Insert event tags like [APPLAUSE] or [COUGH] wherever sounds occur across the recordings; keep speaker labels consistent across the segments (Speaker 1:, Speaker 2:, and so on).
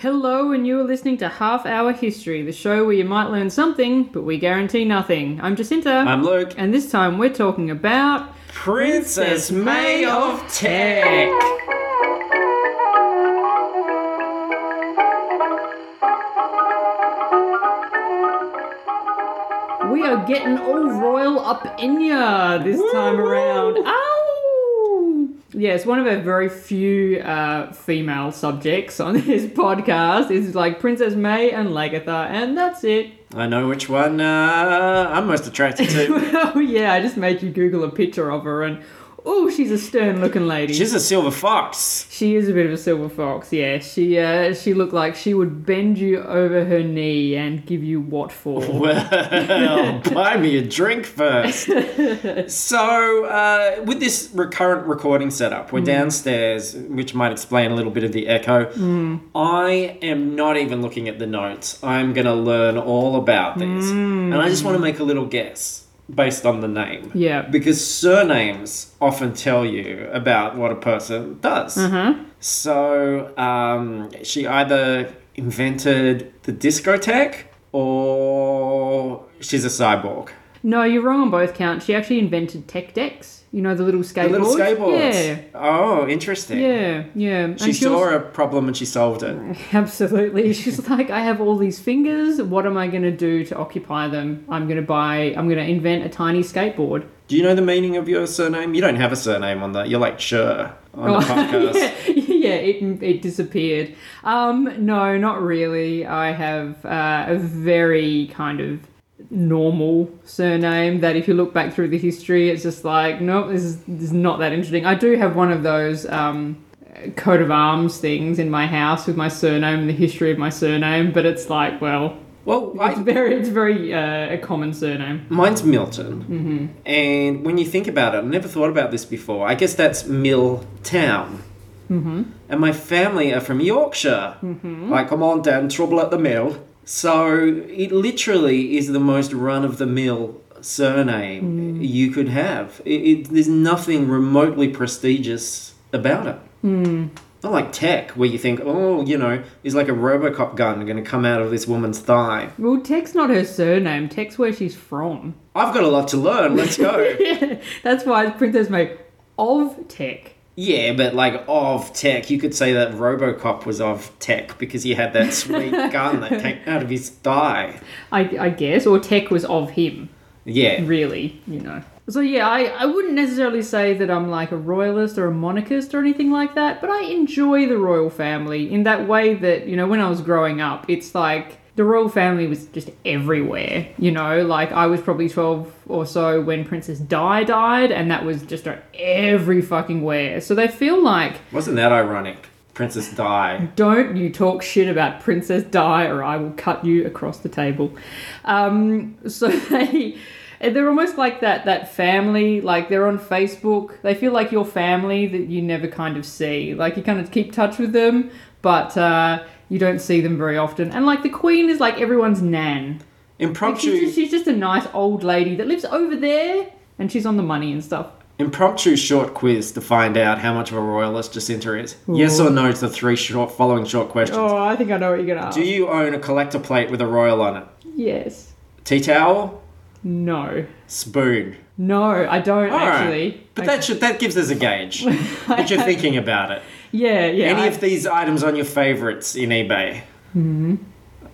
Speaker 1: Hello, and you are listening to Half Hour History, the show where you might learn something, but we guarantee nothing. I'm Jacinta.
Speaker 2: I'm [LAUGHS] Luke.
Speaker 1: and this time we're talking about.
Speaker 2: Princess May of Tech.
Speaker 1: We are getting all royal up in ya this time
Speaker 2: Woo-hoo!
Speaker 1: around. Ow! Yeah, it's one of our very few uh, female subjects on [LAUGHS] this podcast. It's like Princess May and Lagatha, and that's it. [LAUGHS]
Speaker 2: I know which one uh, I'm most attracted [LAUGHS] to.
Speaker 1: oh, yeah, I just made you Google a picture of her, and oh, she's a stern looking lady.
Speaker 2: She's a silver fox.
Speaker 1: She is a bit of a silver fox, yeah. She uh, she looked like she would bend you over her knee and give you what
Speaker 2: [LAUGHS]
Speaker 1: for.
Speaker 2: Well, buy me a drink first. so, uh, with this recurrent recording setup, we're downstairs, which might explain a little bit of the echo. I am not even looking at the notes. I'm going to learn all about these. And I just want to make a little guess based on the name.
Speaker 1: Yeah.
Speaker 2: Because surnames often tell you about what a person does.
Speaker 1: Mm-hmm. Uh-huh.
Speaker 2: So, um, she either invented the discotheque or she's a cyborg.
Speaker 1: no, you're wrong on both counts. She actually invented tech decks. You know the little
Speaker 2: The
Speaker 1: skateboards.
Speaker 2: little skateboards.
Speaker 1: Yeah.
Speaker 2: Oh, interesting.
Speaker 1: Yeah, yeah. And
Speaker 2: She saw
Speaker 1: was- Mm.
Speaker 2: a problem and she solved it.
Speaker 1: [LAUGHS] Absolutely. She's like, I have all these fingers. What am I going to do to occupy them? I'm going to buy, I'm going to invent a tiny skateboard.
Speaker 2: Do you know the meaning of your surname? You don't have a surname on that. You're like, sure, on
Speaker 1: Oh. [LAUGHS]
Speaker 2: the podcast.
Speaker 1: yeah, yeah, it, it disappeared. Um, no, not really. I have uh, a very kind of normal surname that if you look back through the history, it's just like, no, this is, this is not that interesting. I do have one of those um, coat of arms things in my house with my surname and the history of my surname, but it's like, well,
Speaker 2: Well,
Speaker 1: it's
Speaker 2: I,
Speaker 1: very, it's very uh, a common surname.
Speaker 2: mine's Milton. Mm-hmm. And when you think about it, I never thought about this before. I guess that's Mill Town. Mm-hmm. And my family are from Yorkshire. Mm-hmm. Like, come on, Dan, trouble at the mill. So it literally is the most run of the mill surname you could have. It, it, there's nothing remotely prestigious about it. Not like tech, where you think, oh, you know, is like a Robocop gun going to come out of this woman's thigh.
Speaker 1: Well, Tech's not her surname. Tech's where she's from.
Speaker 2: I've got a lot to learn. Let's [LAUGHS] go.
Speaker 1: [LAUGHS] That's why it's Princess May of Tech.
Speaker 2: yeah, but like of tech, you could say that RoboCop was of tech because he had
Speaker 1: [LAUGHS]
Speaker 2: that sweet gun that came out of his thigh.
Speaker 1: I, I guess, or tech was of him,
Speaker 2: Yeah.
Speaker 1: really, you know. So yeah, I, I wouldn't necessarily say that I'm like a royalist or a monarchist or anything like that, but I enjoy the royal family in that way that, you know, when I was growing up, it's like the royal family was just everywhere, you know, like I was probably 12 or so when Princess Di died, and that was just every fucking where. So they feel like,
Speaker 2: Wasn't that ironic? Princess Di.
Speaker 1: don't you talk shit about Princess Di, or I will cut you across the table. Um, so [LAUGHS] they. They're almost like that that family, like they're on Facebook. They feel like your family that you never kind of see. Like you kind of keep touch with them, but uh, you don't see them very often. And like the Queen is like everyone's nan. Like, she's,
Speaker 2: Impromptu
Speaker 1: just, she's just a nice old lady that lives over there, and she's on the money and stuff.
Speaker 2: impromptu short quiz to find out how much of a royalist Jacinta is. Yes or no to the three short following short questions.
Speaker 1: Oh, I think I know what you're gonna ask.
Speaker 2: Do you own a collector plate with a royal on it?
Speaker 1: yes.
Speaker 2: Tea towel?
Speaker 1: No.
Speaker 2: Spoon.
Speaker 1: No, I don't
Speaker 2: All right.
Speaker 1: actually.
Speaker 2: But
Speaker 1: I-
Speaker 2: that should that gives us
Speaker 1: [LAUGHS]
Speaker 2: a gauge that you're thinking about it.
Speaker 1: Yeah, yeah.
Speaker 2: Any
Speaker 1: I-
Speaker 2: of these items on your favorites in eBay? Mm-hmm.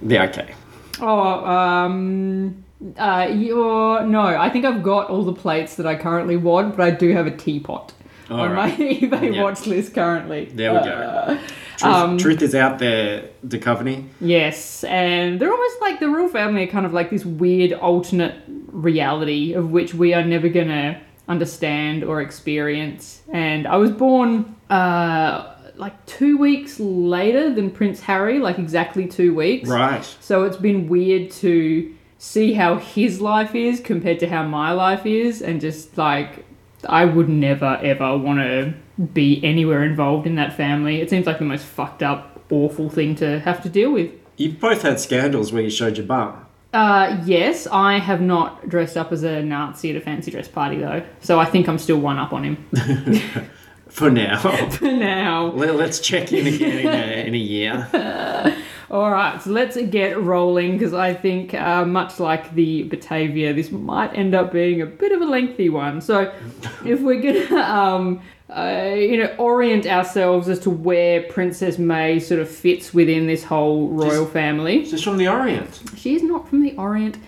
Speaker 2: Yeah, okay.
Speaker 1: oh, um, uh, your no. I think I've got all the plates that I currently want, but I do have a teapot
Speaker 2: All
Speaker 1: on
Speaker 2: right.
Speaker 1: my [LAUGHS] eBay
Speaker 2: Yeah.
Speaker 1: watch list currently.
Speaker 2: There we go.
Speaker 1: Uh,
Speaker 2: Truth,
Speaker 1: um,
Speaker 2: truth is out there, the company.
Speaker 1: Yes, and they're almost like the royal family are kind of like this weird alternate reality of which we are never gonna understand or experience. And I was born uh, like two weeks later than Prince Harry, like exactly two weeks.
Speaker 2: Right.
Speaker 1: So it's been weird to see how his life is compared to how my life is, and just like I would never ever want to be anywhere involved in that family. It seems like the most fucked up, awful thing to have to deal with.
Speaker 2: You both had scandals where you showed your bum.
Speaker 1: Uh, yes, I have not dressed up as a Nazi at a fancy dress party though, so I think I'm still one up on him. [LAUGHS]
Speaker 2: for now.
Speaker 1: for [LAUGHS] now.
Speaker 2: Let, let's check in again in a, in a year.
Speaker 1: All right, so let's get rolling because I think, uh, much like the Batavia, this might end up being a bit of a lengthy one.
Speaker 2: [LAUGHS]
Speaker 1: So, if we're gonna, um, uh, you know, orient ourselves as to where Princess May sort of fits within this whole royal family,
Speaker 2: She's from the Orient.
Speaker 1: she is not from the Orient.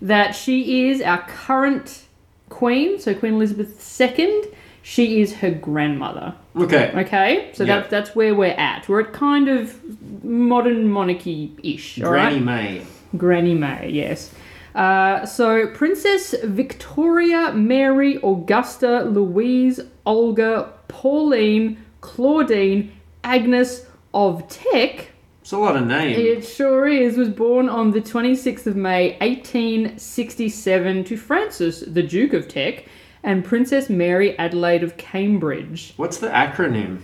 Speaker 1: That she is our current queen, so Queen Elizabeth II. She is her grandmother.
Speaker 2: Okay.
Speaker 1: Okay, so
Speaker 2: Yeah.
Speaker 1: that's that's where we're at. We're at kind of modern monarchy ish. all right?
Speaker 2: Granny May.
Speaker 1: Granny May, yes. Uh, so Princess Victoria, Mary, Augusta, Louise, Olga, Pauline, Claudine, Agnes of Tech.
Speaker 2: It's a lot of names.
Speaker 1: It sure is. Was born on the 26th of May 1867 to Francis, the Duke of Tech, and Princess Mary Adelaide of Cambridge.
Speaker 2: What's the acronym?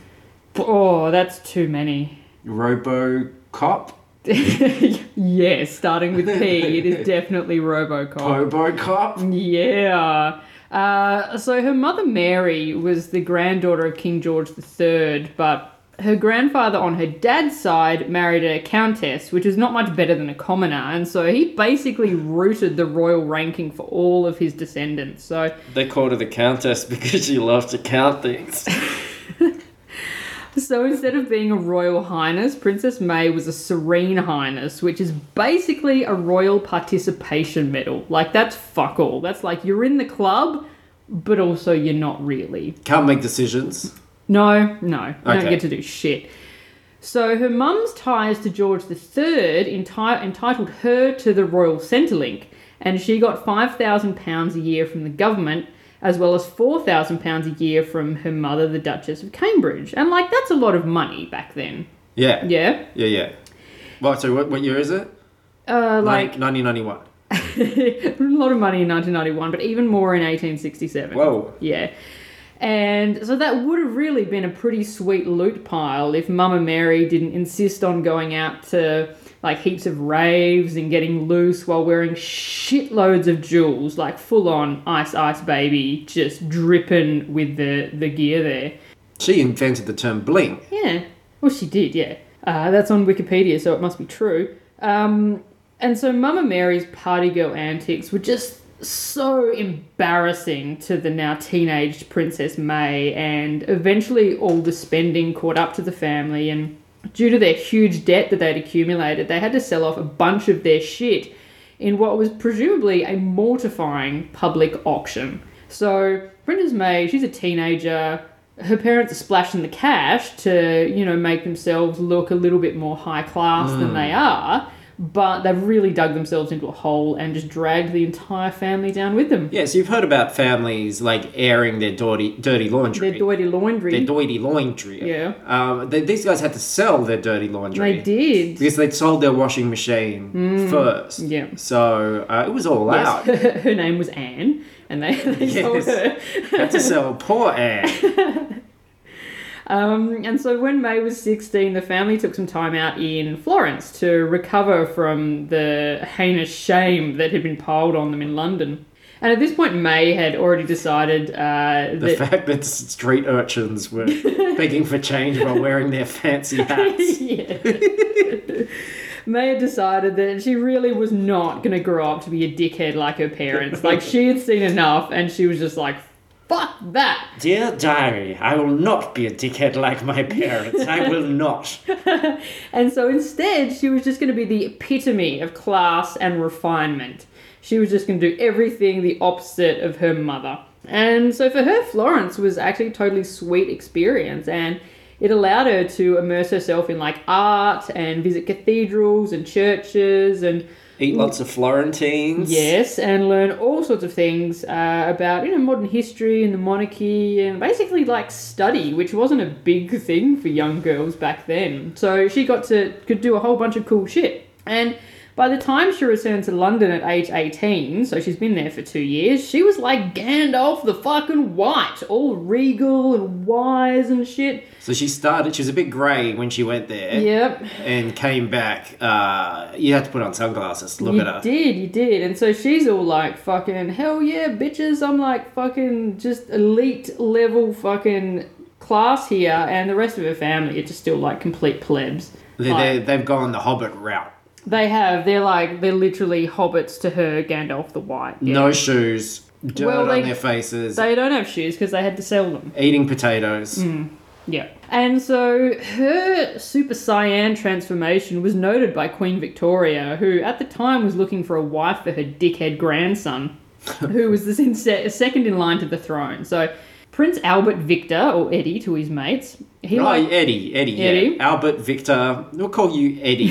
Speaker 1: Oh, that's too many. [LAUGHS]
Speaker 2: Robocop?
Speaker 1: yes, starting with P, it is definitely Robocop.
Speaker 2: Hobocop?
Speaker 1: Yeah. Uh, so her mother Mary was the granddaughter of King George III, but her grandfather on her dad's side married a countess, which is not much better than a commoner, and so he basically rooted the royal ranking for all of his descendants. So
Speaker 2: They called her the Countess because she loved to count things.
Speaker 1: So instead of being a royal highness, Princess May was a serene highness, which is basically a royal participation medal. Like, that's fuck all. That's like you're in the club, but also you're not really.
Speaker 2: Can't make decisions.
Speaker 1: No, no, you don't
Speaker 2: Okay.
Speaker 1: get to do shit. So her mum's ties to George III enti- entitled her to the royal centrelink, and she got five thousand pounds a year from the government, as well as four thousand pounds a year from her mother, the Duchess of Cambridge. And like that's a lot of money back then.
Speaker 2: Yeah. Yeah,
Speaker 1: Yeah,
Speaker 2: yeah. Right, so what, what year is it?
Speaker 1: uh, like
Speaker 2: Nin- 1991.
Speaker 1: [LAUGHS] a lot of money in 1991, but even more in 1867.
Speaker 2: Whoa.
Speaker 1: Yeah. And so that would have really been a pretty sweet loot pile if Mama Mary didn't insist on going out to like heaps of raves and getting loose while wearing shitloads of jewels, like full on ice ice baby, just dripping with the, the gear there.
Speaker 2: She invented the term bling.
Speaker 1: Yeah. Well, she did, yeah. Uh, that's on Wikipedia, so it must be true. Um, and so Mama Mary's party girl antics were just so embarrassing to the now teenaged Princess May, and eventually all the spending caught up to the family. And due to their huge debt that they'd accumulated, they had to sell off a bunch of their shit in what was presumably a mortifying public auction. So Princess May, she's a teenager. Her parents are splashing the cash to, you know, make themselves look a little bit more high class than they
Speaker 2: Hmm.
Speaker 1: are, but they've really dug themselves into a hole and just dragged the entire family down with them.
Speaker 2: Yes, you've heard about families like airing their dirty, dirty laundry.
Speaker 1: Their dirty laundry.
Speaker 2: their dirty laundry.
Speaker 1: Yeah.
Speaker 2: Um, they, these guys had to sell their dirty laundry.
Speaker 1: they did. Mm.
Speaker 2: Because they'd sold their washing machine first.
Speaker 1: Yeah.
Speaker 2: So uh, it was all out.
Speaker 1: Yes. [LAUGHS] her name was Anne, and they, they sold
Speaker 2: Yes.
Speaker 1: her.
Speaker 2: had
Speaker 1: [LAUGHS]
Speaker 2: to sell poor air.
Speaker 1: Um, and so when May was 16, the family took some time out in Florence to recover from the heinous shame that had been piled on them in London. And at this point, May had already decided uh,
Speaker 2: The
Speaker 1: that.
Speaker 2: fact that s- street
Speaker 1: [LAUGHS]
Speaker 2: urchins were begging for change while wearing their
Speaker 1: [LAUGHS]
Speaker 2: fancy hats.
Speaker 1: Yeah. May had decided that she really was not going to grow up to be a dickhead like her parents. Like, she had seen enough, and she was just like, fuck that.
Speaker 2: Dear diary, I will not be a dickhead like my parents. I will not.
Speaker 1: And so instead, she was just going to be the epitome of class and refinement. She was just going to do everything the opposite of her mother. And so for her, Florence was actually a totally sweet experience and it allowed her to immerse herself in like art and visit cathedrals and churches and
Speaker 2: Eat
Speaker 1: Mm.
Speaker 2: lots of Florentines.
Speaker 1: yes and learn all sorts of things uh, about you know modern history and the monarchy and basically like study which wasn't a big thing for young girls back then so she got to could do a whole bunch of cool shit and by the time she returned to london at age 18 so she's been there for two years she was like gandalf the fucking white all regal and wise and shit
Speaker 2: So she started, she was a bit grey when she went there.
Speaker 1: yep
Speaker 2: And came back. Uh, you had to put on sunglasses to look
Speaker 1: you
Speaker 2: at her.
Speaker 1: did, you did. And so she's all like, fucking, hell yeah, bitches. I'm like, fucking, just elite level fucking class here, and the rest of her family are just still like complete plebs.
Speaker 2: They,
Speaker 1: Like,
Speaker 2: they, they've gone the Hobbit route.
Speaker 1: they have. They're like they're literally hobbits to her Gandalf the White. Yeah.
Speaker 2: No shoes, dirt
Speaker 1: Well, they-
Speaker 2: on their faces,
Speaker 1: They Mm. don't have shoes because they had to sell them.
Speaker 2: eating potatoes.
Speaker 1: Yeah. And so her super cyan transformation was noted by Queen Victoria, who at the time was looking for a wife for her dickhead grandson, who was the sin- se- second in line to the throne. So Prince Albert Victor, or Eddie to his mates, he
Speaker 2: Right,
Speaker 1: liked,
Speaker 2: Oh, Eddie, Eddie,
Speaker 1: Eddie?
Speaker 2: yeah. Albert, Victor, we'll call you
Speaker 1: [LAUGHS]
Speaker 2: Eddie.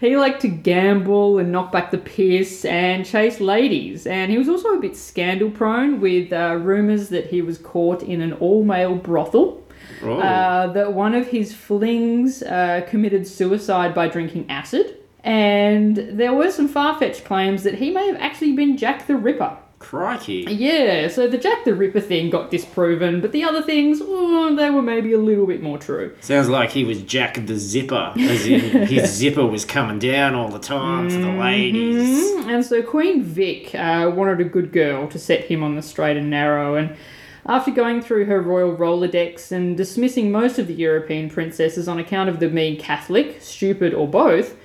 Speaker 1: he liked to gamble and knock back the piss and chase ladies. And he was also a bit scandal prone with uh, rumours that he was caught in an all male brothel.
Speaker 2: Oh.
Speaker 1: uh, that one of his flings uh, committed suicide by drinking acid. And there were some far fetched claims that he may have actually been Jack the Ripper.
Speaker 2: Crikey.
Speaker 1: Yeah, so the Jack the Ripper thing got disproven, but the other things, oh, they were maybe a little bit more true.
Speaker 2: Sounds like he was Jack the Zipper, as
Speaker 1: [LAUGHS]
Speaker 2: in his zipper was coming down all the time for the
Speaker 1: Mm-hmm.
Speaker 2: ladies.
Speaker 1: Mm, And so Queen Vic uh, wanted a good girl to set him on the straight and narrow. And after going through her royal Rolodex and dismissing most of the European princesses on account of the mean Catholic, stupid, or both,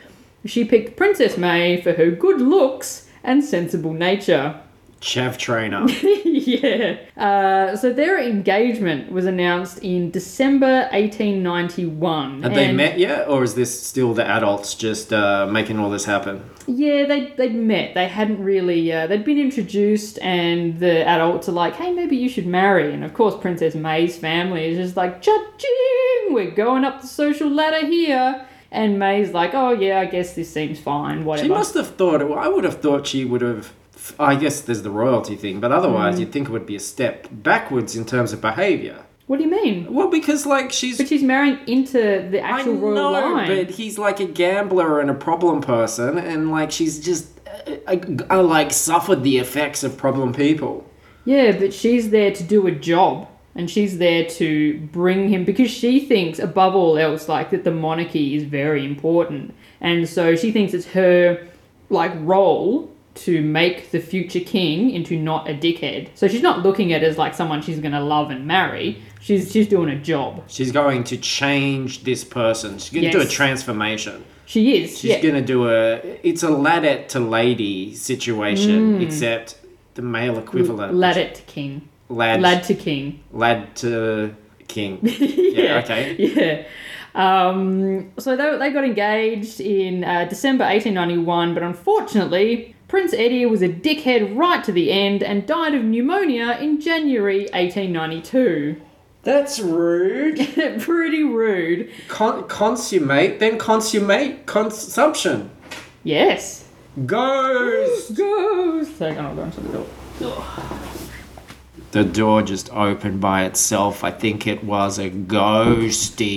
Speaker 1: she picked Princess May for her good looks and sensible nature. [LAUGHS]
Speaker 2: Chav Trainer.
Speaker 1: yeah. Uh, so their engagement was announced in December 1891.
Speaker 2: Had they
Speaker 1: and-
Speaker 2: met yet, or is this still the adults just uh, making all this happen?
Speaker 1: Yeah, they they'd met. They hadn't really. Uh, they'd been introduced, and the adults are like, "Hey, maybe you should marry." And of course, Princess May's family is just like, "Cha-ching! We're going up the social ladder here." And May's like, "Oh yeah, I guess this seems fine. Whatever."
Speaker 2: She must have thought. I would have thought she would have. I guess there's the royalty thing, but
Speaker 1: Mm.
Speaker 2: otherwise, you'd think it would be a step backwards in terms of behaviour.
Speaker 1: what do you mean?
Speaker 2: Well, because like she's.
Speaker 1: But she's marrying into the
Speaker 2: I
Speaker 1: actual royal
Speaker 2: know,
Speaker 1: line.
Speaker 2: but he's like a gambler and a problem person, and like she's just. I, I, I like suffered the effects of problem people.
Speaker 1: Yeah, but she's there to do a job and she's there to bring him because she thinks above all else like that the monarchy is very important. And so she thinks it's her like role to make the future king into not a dickhead. So she's not looking at it as like someone she's going to love and marry. She's she's doing a job.
Speaker 2: She's going to change this person. She's going to do a
Speaker 1: Yes.
Speaker 2: transformation.
Speaker 1: She is.
Speaker 2: She's
Speaker 1: yeah.
Speaker 2: going to do a. It's a ladette to lady situation, except the male equivalent.
Speaker 1: Mm. Lad it to king.
Speaker 2: lad,
Speaker 1: Lad to king.
Speaker 2: lad to
Speaker 1: [LAUGHS]
Speaker 2: king. [LAUGHS] yeah, okay.
Speaker 1: Yeah. Um, so they, they got engaged in uh, December 1891, but unfortunately, Prince Eddie was a dickhead right to the end and died of pneumonia in January 1892.
Speaker 2: That's rude.
Speaker 1: [LAUGHS] Pretty rude.
Speaker 2: Con- consummate, then consummate consumption.
Speaker 1: Yes.
Speaker 2: Goes.
Speaker 1: Ghost. So, oh, go inside the door.
Speaker 2: The door just opened by itself. I think it was a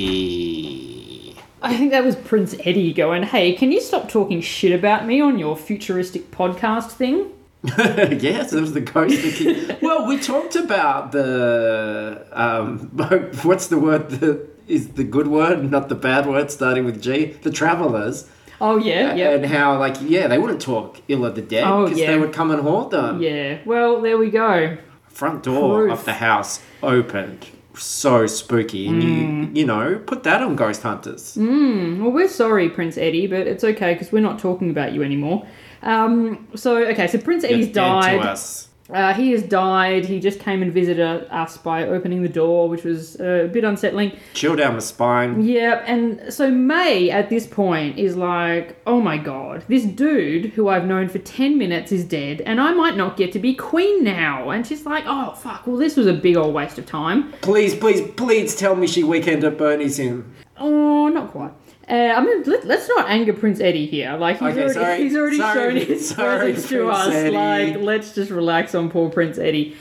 Speaker 2: ghosty.
Speaker 1: I think that was Prince Eddie going, hey, can you stop talking shit about me on your futuristic podcast thing?
Speaker 2: [LAUGHS] yes, it was the ghost. That
Speaker 1: [LAUGHS]
Speaker 2: came- well, we talked about the um, [LAUGHS] what's the word that is the good word, not the bad word, starting with G. The travelers.
Speaker 1: Oh, yeah, yeah.
Speaker 2: and how like yeah they wouldn't talk ill of the dead
Speaker 1: Oh,
Speaker 2: because
Speaker 1: yeah.
Speaker 2: they would come and haunt them
Speaker 1: Yeah. Well, there we go.
Speaker 2: front door
Speaker 1: Proof.
Speaker 2: of the house opened so spooky and
Speaker 1: Mm.
Speaker 2: you you know put that on ghost hunters
Speaker 1: Well, we're sorry, Prince Eddie, but it's okay because we're not talking about you anymore. Um, so, okay, so Prince
Speaker 2: You're
Speaker 1: Eddie's
Speaker 2: dead to
Speaker 1: died.
Speaker 2: us
Speaker 1: Uh, he has died. He just came and visited us by opening the door, which was uh, a bit unsettling.
Speaker 2: chill down my spine
Speaker 1: Yeah, and so May at this point is like, oh my god, this dude who I've known for 10 minutes is dead, and I might not get to be queen now. And she's like, oh fuck, well, this was a big old waste of time.
Speaker 2: please please please tell me she weekend at bernie's him
Speaker 1: Oh, not quite. Uh, I mean, let, let's not anger Prince Eddie here. Like he's
Speaker 2: Okay,
Speaker 1: already,
Speaker 2: sorry.
Speaker 1: he's already
Speaker 2: Sorry,
Speaker 1: shown his
Speaker 2: sorry,
Speaker 1: presence to
Speaker 2: Prince
Speaker 1: us.
Speaker 2: Eddie.
Speaker 1: Like, let's just relax on poor Prince Eddie.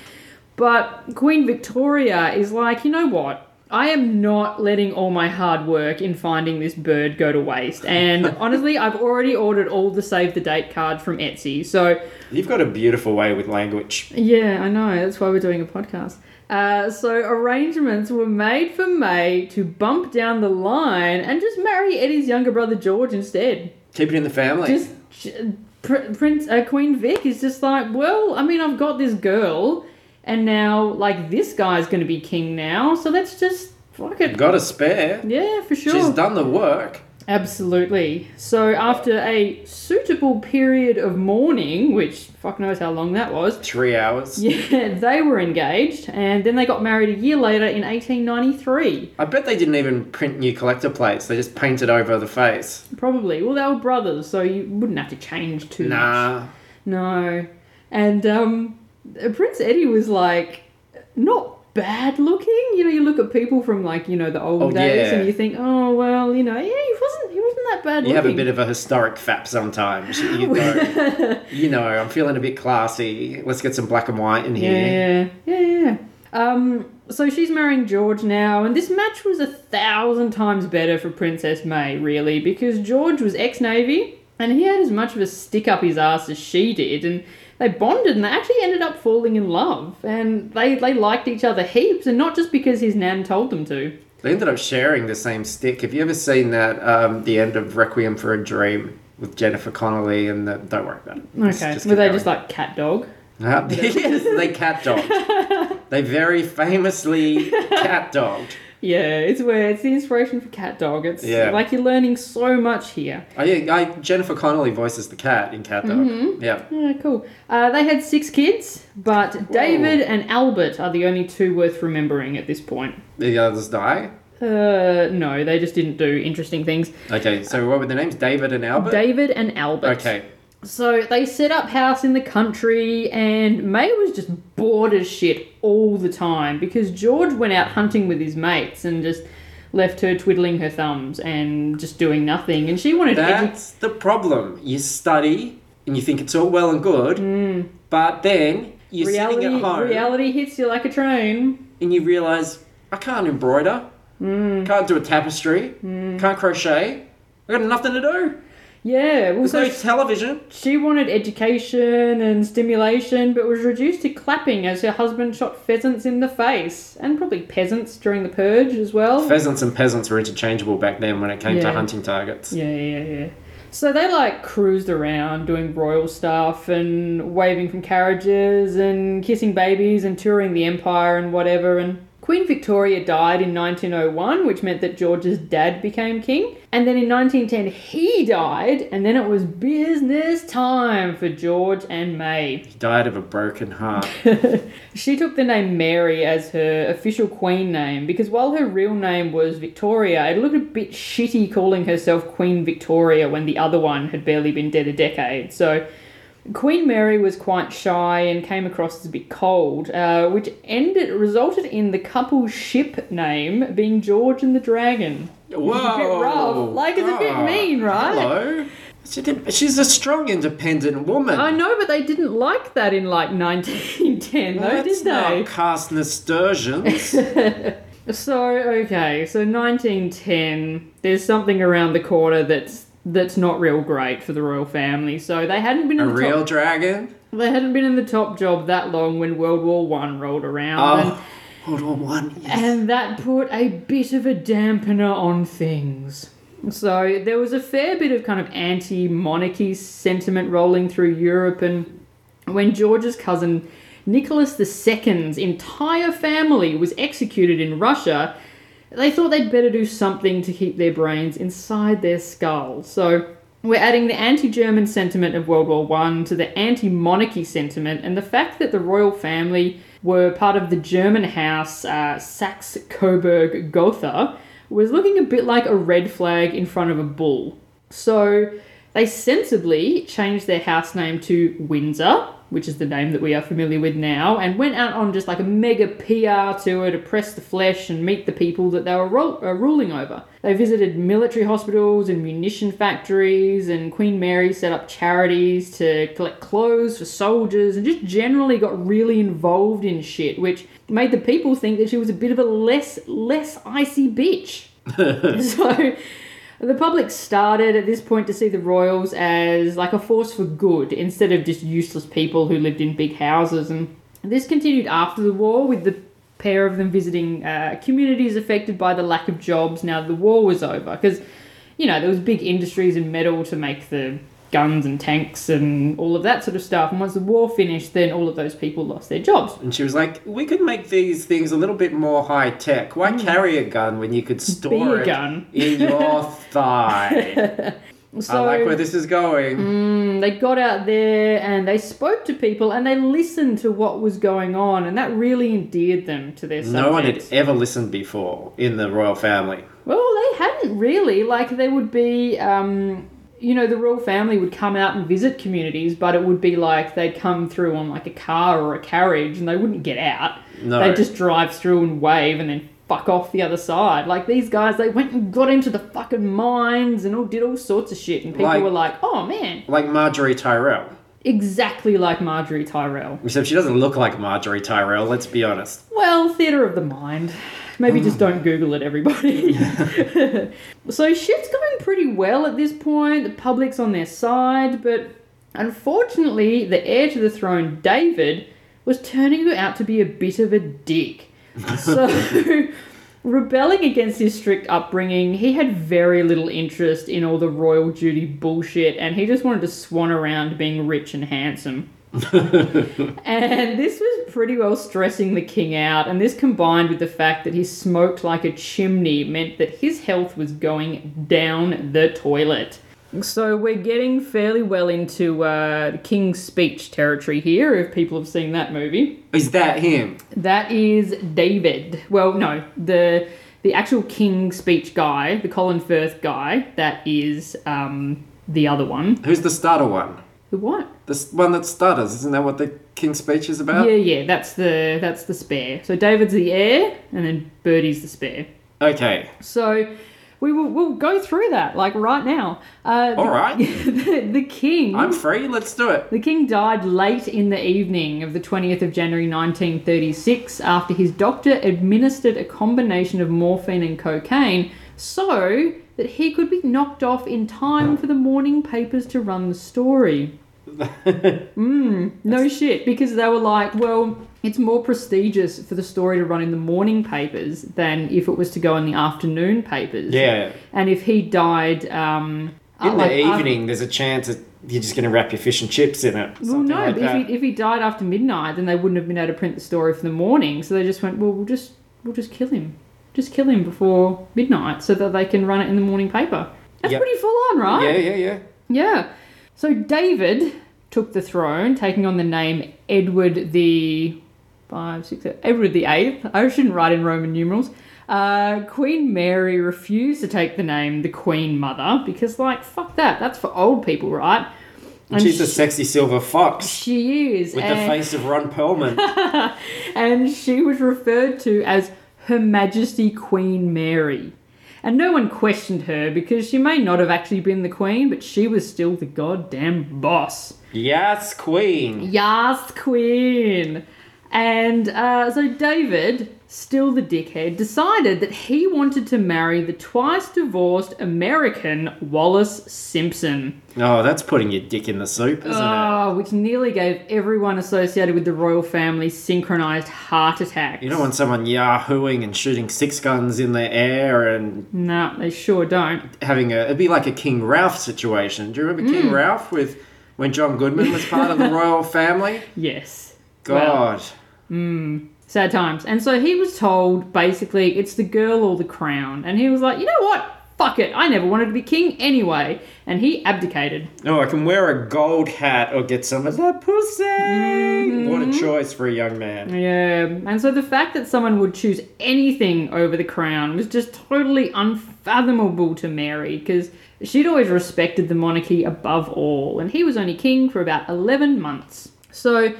Speaker 1: But Queen Victoria is like, you know what? I am not letting all my hard work in finding this bird go to waste.
Speaker 2: [LAUGHS]
Speaker 1: And honestly, I've already ordered all the save the date cards from Etsy. So
Speaker 2: you've got a beautiful way with language
Speaker 1: yeah, I know. That's why we're doing a podcast. Uh, so arrangements were made for May to bump down the line and just marry Eddie's younger brother George instead.
Speaker 2: keep it in the family
Speaker 1: Just Pr- Prince uh, Queen Vic is just like, well, I mean, I've got this girl. And now, like, this guy's going to be king now. So that's just fuck it.
Speaker 2: Got a spare.
Speaker 1: Yeah, for sure.
Speaker 2: She's done the work.
Speaker 1: Absolutely. So after a suitable period of mourning, which fuck knows how long that was,
Speaker 2: Three hours.
Speaker 1: [LAUGHS] yeah, they were engaged, and then they got married a year later in 1893.
Speaker 2: I bet they didn't even print new collector plates. They just painted over the face.
Speaker 1: Probably. Well, they were brothers, so you wouldn't have to change too much.
Speaker 2: Nah.
Speaker 1: No. And um, Prince Eddie was like, not bad looking. You know, you look at people from like you know the old
Speaker 2: Oh,
Speaker 1: days,
Speaker 2: yeah.
Speaker 1: and you think, oh well, you know, yeah, he wasn't, he wasn't that bad
Speaker 2: You have
Speaker 1: looking.
Speaker 2: a bit of a historic fap sometimes.
Speaker 1: [LAUGHS]
Speaker 2: You go, you know, I'm feeling a bit classy. Let's get some black and white in here.
Speaker 1: Yeah, yeah, yeah. Um, so she's marrying George now, and this match was a thousand times better for Princess May, really, because George was ex Navy and he had as much of a stick up his ass as she did, and they bonded and they actually ended up falling in love, and they, they liked each other heaps, and not just because his nan told them to.
Speaker 2: They ended up sharing the same stick. Have you ever seen that, um, the end of Requiem for a Dream with Jennifer Connolly and the, don't worry about it. Let's
Speaker 1: Okay,
Speaker 2: just
Speaker 1: were
Speaker 2: keep
Speaker 1: they
Speaker 2: going.
Speaker 1: just like cat dog?
Speaker 2: Uh, yes, [LAUGHS] they
Speaker 1: [LAUGHS]
Speaker 2: cat dogged. they very famously cat dogged.
Speaker 1: Yeah, it's where it's the inspiration for cat dog. It's
Speaker 2: Yeah.
Speaker 1: like you're learning so much here.
Speaker 2: I, Oh, I, Jennifer Connolly voices the cat in Cat Dog.
Speaker 1: Mm-hmm.
Speaker 2: Yeah.
Speaker 1: Yeah, cool. Uh, they had six kids, but David and Albert are the only two worth remembering at this point.
Speaker 2: The others die.
Speaker 1: Uh, no, they just didn't do interesting things.
Speaker 2: Okay, so what were the names? David and Albert?
Speaker 1: David and Albert.
Speaker 2: okay.
Speaker 1: So they set up house in the country, and May was just bored as shit all the time because George went out hunting with his mates and just left her twiddling her thumbs and just doing nothing. And she wanted edu-
Speaker 2: That's the problem. You study and you think it's all well and good, but then you're
Speaker 1: Mm. reality.
Speaker 2: sitting at home
Speaker 1: Reality hits you like a train.
Speaker 2: and you realize I can't embroider,
Speaker 1: Mm.
Speaker 2: can't do a tapestry, can't crochet. I got nothing to do.
Speaker 1: Yeah. Well,
Speaker 2: There's
Speaker 1: so
Speaker 2: no television.
Speaker 1: She wanted education and stimulation, but was reduced to clapping as her husband shot pheasants in the face, and probably peasants during the purge as well.
Speaker 2: Pheasants and peasants were interchangeable back then when it came
Speaker 1: Yeah.
Speaker 2: to hunting targets.
Speaker 1: yeah, yeah, yeah. So they like cruised around doing royal stuff and waving from carriages and kissing babies and touring the empire and whatever. And Queen Victoria died in 1901, which meant that George's dad became king. And then in 1910, he died, and then it was business time for George and May.
Speaker 2: He died of a broken heart.
Speaker 1: She took the name Mary as her official queen name because while her real name was Victoria, it looked a bit shitty calling herself Queen Victoria when the other one had barely been dead a decade. So Queen Mary was quite shy and came across as a bit cold, uh, which ended resulted in the couple's ship name being George and the Dragon.
Speaker 2: Whoa!
Speaker 1: rough. Like, it's a bit
Speaker 2: God.
Speaker 1: mean, right?
Speaker 2: Hello. She did, she's a strong, independent woman.
Speaker 1: I know, but they didn't like that in like [LAUGHS] 1910, though,
Speaker 2: Let's
Speaker 1: did they?
Speaker 2: not
Speaker 1: [LAUGHS]
Speaker 2: cast nasturtiums.
Speaker 1: So okay, so 1910. There's something around the corner that's that's not real great for the royal family. So they hadn't been in
Speaker 2: a
Speaker 1: the
Speaker 2: real
Speaker 1: top,
Speaker 2: dragon.
Speaker 1: they hadn't been in the top job that long when World War One rolled around,
Speaker 2: Oh, World War One. yes.
Speaker 1: and, and that put a bit of a dampener on things. So there was a fair bit of kind of anti-monarchy sentiment rolling through Europe, and when George's cousin Nicholas II's entire family was executed in Russia, they thought they'd better do something to keep their brains inside their skulls. So we're adding the anti-German sentiment of World War One to the anti-monarchy sentiment, and the fact that the royal family were part of the German house uh, Saxe Coburg Gotha was looking a bit like a red flag in front of a bull. So they sensibly changed their house name to Windsor, which is the name that we are familiar with now, and went out on just like a mega PR tour to press the flesh and meet the people that they were ro- uh, ruling over. They visited military hospitals and munition factories, and Queen Mary set up charities to collect clothes for soldiers and just generally got really involved in shit, which made the people think that she was a bit of a less less icy bitch. [LAUGHS] so the public started at this point to see the royals as like a force for good instead of just useless people who lived in big houses. And this continued after the war with the pair of them visiting uh, communities affected by the lack of jobs now that the war was over. Because, you know, there was big industries and metal to make the guns and tanks and all of that sort of stuff. And once the war finished, then all of those people lost their jobs.
Speaker 2: And she was like, "We could make these things a little bit more high tech. Why carry a gun when you could store
Speaker 1: Hmm. a
Speaker 2: it
Speaker 1: gun."
Speaker 2: in
Speaker 1: [LAUGHS]
Speaker 2: your thigh?" I
Speaker 1: So
Speaker 2: like where this is going.
Speaker 1: mm, they got out there and they spoke to people and they listened to what was going on, and that really endeared them to their subjects.
Speaker 2: No one had ever listened before in the royal family.
Speaker 1: Well, they hadn't really. Like, there would be, um, you know, the royal family would come out and visit communities, but it would be like they'd come through on like a car or a carriage and they wouldn't get out.
Speaker 2: No.
Speaker 1: They'd just drive through and wave and then fuck off the other side. Like, these guys, they went and got into the fucking mines and all did all sorts of shit. And people
Speaker 2: Like-
Speaker 1: were like, oh man,
Speaker 2: Like Marjorie Tyrell.
Speaker 1: exactly like Marjorie Tyrell.
Speaker 2: Except she doesn't look like Marjorie Tyrell, let's be honest.
Speaker 1: Well, theatre of the mind. Maybe just don't Google it, everybody. so shit's going pretty well at this point. The public's on their side, but unfortunately, the heir to the throne, David, was turning out to be a bit of a dick. So, rebelling against his strict upbringing, he had very little interest in all the royal duty bullshit, and he just wanted to swan around being rich and handsome. And this was pretty well stressing the king out, and this combined with the fact that he smoked like a chimney meant that his health was going down the toilet. So we're getting fairly well into uh, the King's Speech territory here, if people have seen that movie.
Speaker 2: Is that him?
Speaker 1: That is David. Well, no, the the actual King's Speech guy, the Colin Firth guy, that is um, the other one.
Speaker 2: Who's the starter one?
Speaker 1: The what?
Speaker 2: The s- one that stutters, isn't that what the King's speech is about?
Speaker 1: Yeah, yeah, that's the that's the spare. So David's the heir, and then Birdie's the spare.
Speaker 2: Okay.
Speaker 1: So we will we'll go through that like right now. Uh,
Speaker 2: All
Speaker 1: [LAUGHS]
Speaker 2: right.
Speaker 1: the, the king.
Speaker 2: I'm free, let's do it.
Speaker 1: the king died late in the evening of the 20th of January 1936 after his doctor administered a combination of morphine and cocaine so that he could be knocked off in time for the morning papers to run the
Speaker 2: [LAUGHS]
Speaker 1: story. Hmm, No shit, because they were like, well, it's more prestigious for the story to run in the morning papers than if it was to go in the afternoon papers.
Speaker 2: yeah.
Speaker 1: And if he died, um, uh,
Speaker 2: In
Speaker 1: like,
Speaker 2: the
Speaker 1: af-
Speaker 2: evening, there's a chance that you're just going to wrap your fish and chips in it.
Speaker 1: well,
Speaker 2: Something
Speaker 1: no.
Speaker 2: like
Speaker 1: but if
Speaker 2: that.
Speaker 1: he, if he died after midnight, then they wouldn't have been able to print the story for the morning. So they just went, well, we'll just we'll just kill him, just kill him before midnight, so that they can run it in the morning paper. That's
Speaker 2: Yep.
Speaker 1: pretty full on, right?
Speaker 2: yeah, yeah, yeah.
Speaker 1: Yeah. So David took the throne, taking on the name Edward the five, six, seven- Edward the Eighth. I shouldn't write in Roman numerals. Uh, Queen Mary refused to take the name the Queen Mother because, like, fuck that. That's for old people, right? And
Speaker 2: She's a
Speaker 1: she,
Speaker 2: sexy silver fox
Speaker 1: she is,
Speaker 2: with the
Speaker 1: and,
Speaker 2: face of Ron
Speaker 1: [LAUGHS]
Speaker 2: Perlman.
Speaker 1: and she was referred to as Her Majesty Queen Mary. And no one questioned her because she may not have actually been the queen, but she was still the goddamn boss.
Speaker 2: yes, Queen.
Speaker 1: Yas Queen. And uh, so David, still the dickhead, decided that he wanted to marry the twice divorced American Wallace Simpson.
Speaker 2: Oh, that's putting your dick in the soup, isn't it?
Speaker 1: Oh, which nearly gave everyone associated with the royal family synchronized heart attacks.
Speaker 2: You don't want someone yahooing and shooting six guns in the air and
Speaker 1: No, they sure don't.
Speaker 2: having a it'd be like a King Ralph situation. Do you remember King Ralph with when John Goodman was part of the royal family?
Speaker 1: Yes. Well,
Speaker 2: God.
Speaker 1: sad times. And so he was told basically it's the girl or the crown. And he was like, you know what? Fuck it. I never wanted to be king anyway. And he abdicated.
Speaker 2: Oh, I can wear a gold hat or get some of that pussy. What a choice for a young man.
Speaker 1: Yeah, and so the fact that someone would choose anything over the crown was just totally unfathomable to Mary because she'd always respected the monarchy above all, and he was only king for about 11 months. So,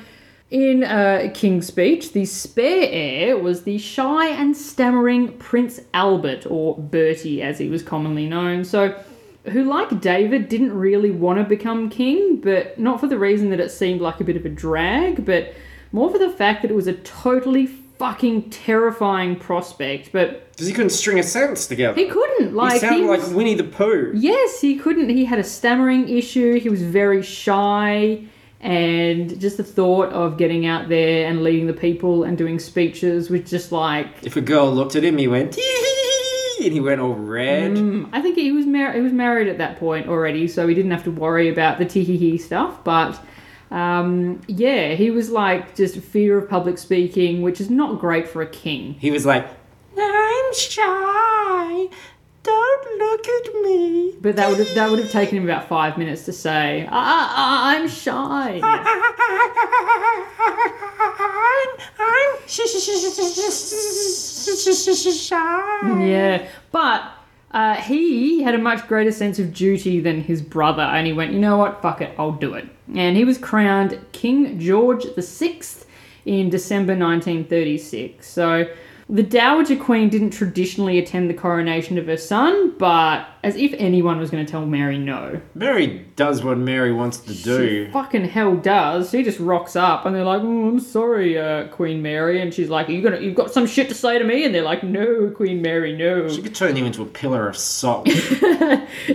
Speaker 1: in uh, King's speech, the spare heir was the shy and stammering Prince Albert, or Bertie as he was commonly known. So, who, like David, didn't really want to become king, but not for the reason that it seemed like a bit of a drag, but more for the fact that it was a totally fucking terrifying prospect. But
Speaker 2: Because he couldn't string a sentence together.
Speaker 1: he couldn't. Like,
Speaker 2: he sounded
Speaker 1: he
Speaker 2: like
Speaker 1: was-
Speaker 2: Winnie the Pooh.
Speaker 1: Yes, he couldn't. He had a stammering issue. He was very shy. And just the thought of getting out there and leading the people and doing speeches was just like,
Speaker 2: If a girl looked at him, he went, Mickey, and he went all red.
Speaker 1: Mm, I think he was mar- he was married at that point already, so he didn't have to worry about the tee stuff. But um, yeah, he was like just fear of public speaking, which is not great for a king.
Speaker 2: He was like, "I'm shy. Don't look at me."
Speaker 1: But that would have that would have taken him about five minutes to say, ah, "I'm shy."
Speaker 2: I'm, I'm shy.
Speaker 1: yeah, but. Uh, he had a much greater sense of duty than his brother, and he went, you know what, fuck it, I'll do it. And he was crowned King George VI in December 1936. So the Dowager Queen didn't traditionally attend the coronation of her son, but as if anyone was going to tell Mary no.
Speaker 2: Mary does what Mary wants to
Speaker 1: She
Speaker 2: do.
Speaker 1: fucking hell does. She just rocks up, and they're like, "Oh, I'm sorry, uh, Queen Mary," and she's like, "Are you gonna? You've got some shit to say to me?" And they're like, "No, Queen Mary, no."
Speaker 2: She could turn you into a pillar
Speaker 1: [LAUGHS]
Speaker 2: of salt.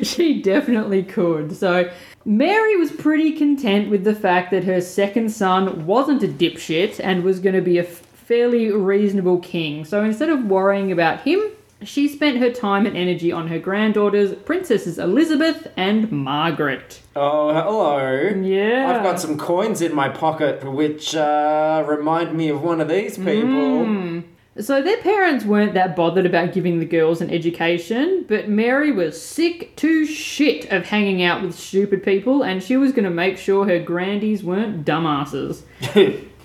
Speaker 1: she definitely could. So Mary was pretty content with the fact that her second son wasn't a dipshit and was going to be a f- fairly reasonable king. So instead of worrying about him, she spent her time and energy on her granddaughters, Princesses Elizabeth and Margaret.
Speaker 2: oh, hello.
Speaker 1: Yeah.
Speaker 2: I've got some coins in my pocket which uh, remind me of one of these people.
Speaker 1: Mm.
Speaker 2: [LAUGHS]
Speaker 1: So their parents weren't that bothered about giving the girls an education, but Mary was sick to shit of hanging out with stupid people and she was going to make sure her grandies weren't dumbasses.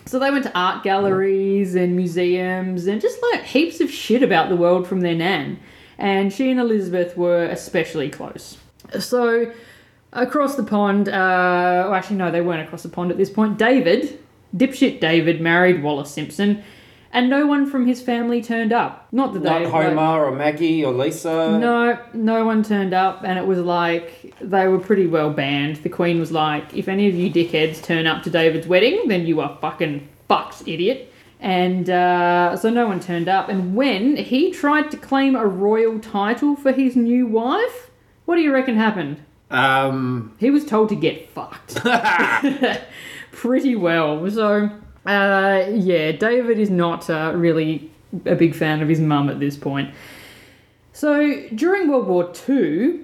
Speaker 1: So they went to art galleries and museums and just learnt heaps of shit about the world from their nan. And she and Elizabeth were especially close. So across the pond, uh, well, actually, no, they weren't across the pond at this point. David, dipshit David, married Wallace Simpson, and no one from his family turned up. Not that
Speaker 2: Not
Speaker 1: they
Speaker 2: Homer
Speaker 1: like-
Speaker 2: or Maggie or Lisa.
Speaker 1: no, no one turned up, and it was like they were pretty well banned. The Queen was like, if any of you dickheads turn up to David's wedding, then you are fucking fucked, idiot. And uh, so no one turned up. And when he tried to claim a royal title for his new wife, what do you reckon happened?
Speaker 2: Um,
Speaker 1: He was told to get fucked. [LAUGHS] Pretty well. So, uh, yeah, David is not uh, really a big fan of his mum at this point. So, during World War II,